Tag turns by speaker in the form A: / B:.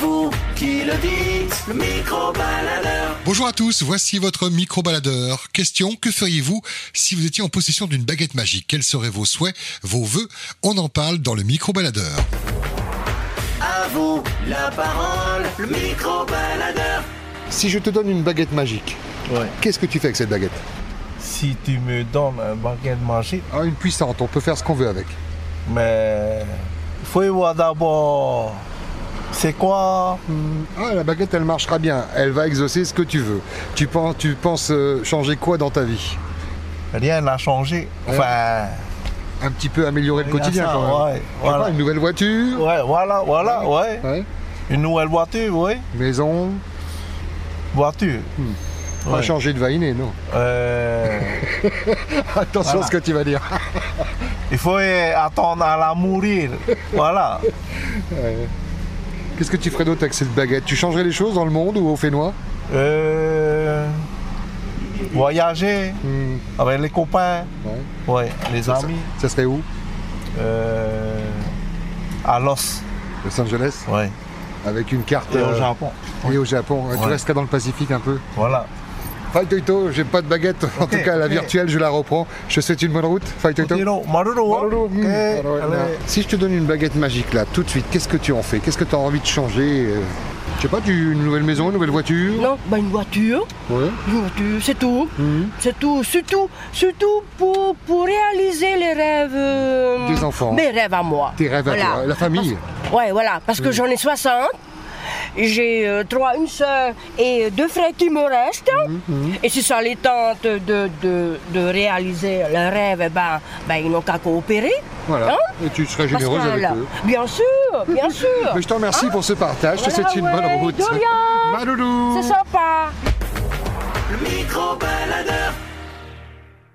A: vous qui le dites, le micro-baladeur.
B: Bonjour à tous, voici votre micro-baladeur. Question, que feriez-vous si vous étiez en possession d'une baguette magique Quels seraient vos souhaits, vos vœux On en parle dans le micro-baladeur.
A: À vous la parole, le micro-baladeur.
C: Si je te donne une baguette magique,
D: Ouais.
C: qu'est-ce que tu fais avec cette baguette
D: Si tu me donnes un baguette magique,
C: ah, Une puissante, on peut faire ce qu'on veut avec.
D: mais il faut y voir d'abord c'est quoi
C: Ah, la baguette, elle marchera bien, elle va exaucer ce que tu veux. Tu penses, tu penses euh, changer quoi dans ta vie
D: Rien n'a changé. Enfin,
C: Un petit peu améliorer le
D: Rien
C: quotidien
D: à ça,
C: quand même.
D: ouais,
C: Je sais pas,
D: voilà.
C: une nouvelle voiture,
D: ouais, voilà, voilà, ouais.
C: ouais,
D: Une nouvelle voiture, oui.
C: maison,
D: Voiture.
C: pas
D: Ouais.
C: changer de vainer, non.
D: Euh,
C: Attention à ce que tu vas dire.
D: il faut euh, attendre à la mourir. voilà.
C: Qu'est-ce que tu ferais d'autre avec cette baguette Tu changerais les choses dans le monde ou au Fénois
D: Euh, voyager
C: Hmm,
D: avec les copains,
C: ouais.
D: ouais, les
C: ça,
D: amis.
C: ça serait où
D: Euh, à Los,
C: Los Angeles
D: ouais.
C: Avec une carte.
D: Et au
C: euh,
D: Japon.
C: Et au Japon. Tu
D: Ouais.
C: resterais dans le Pacifique un peu
D: Voilà.
C: Fight Toito, j'ai pas de baguette, en
D: Ok,
C: tout cas la
D: ok.
C: virtuelle, je la reprends. Je te souhaite une bonne route, Fight Toito.
D: Maruro, Maruro, hein?
C: Maruru,
D: Ok,
C: mm. Alors,
D: allez.
C: là, Si je te donne une baguette magique là, tout de suite, qu'est-ce que tu en fais Qu'est-ce que tu as envie de changer euh, Je sais pas, tu, une nouvelle maison, une nouvelle voiture
E: Non, bah une voiture,
C: Ouais.
E: une voiture, c'est tout.
C: Mhm.
E: C'est tout, surtout, surtout pour, pour réaliser les rêves. euh,
C: Des enfants.
E: Mes rêves à moi.
C: Tes rêves à
E: Voilà.
C: toi, la famille. Hmm.
E: Ouais, voilà, parce que j'en ai 60. J'ai euh, trois, une soeur et deux frères qui me restent.
C: Hmm,
E: Et si ça les tente de, de, de réaliser leurs rêves, eh ben, ben, ils n'ont qu'à coopérer.
C: Voilà.
E: Hein
C: Et tu serais
E: Parce
C: généreuse
E: que,
C: avec
E: là,
C: eux.
E: Bien sûr, bien sûr.
C: Mais je te remercie pour ce partage, je te
E: Voilà,
C: souhaite une bonne
E: ouais,
C: route.
E: de rien.
C: Maloulou
E: C'est sympa.
A: Le micro-baladeur.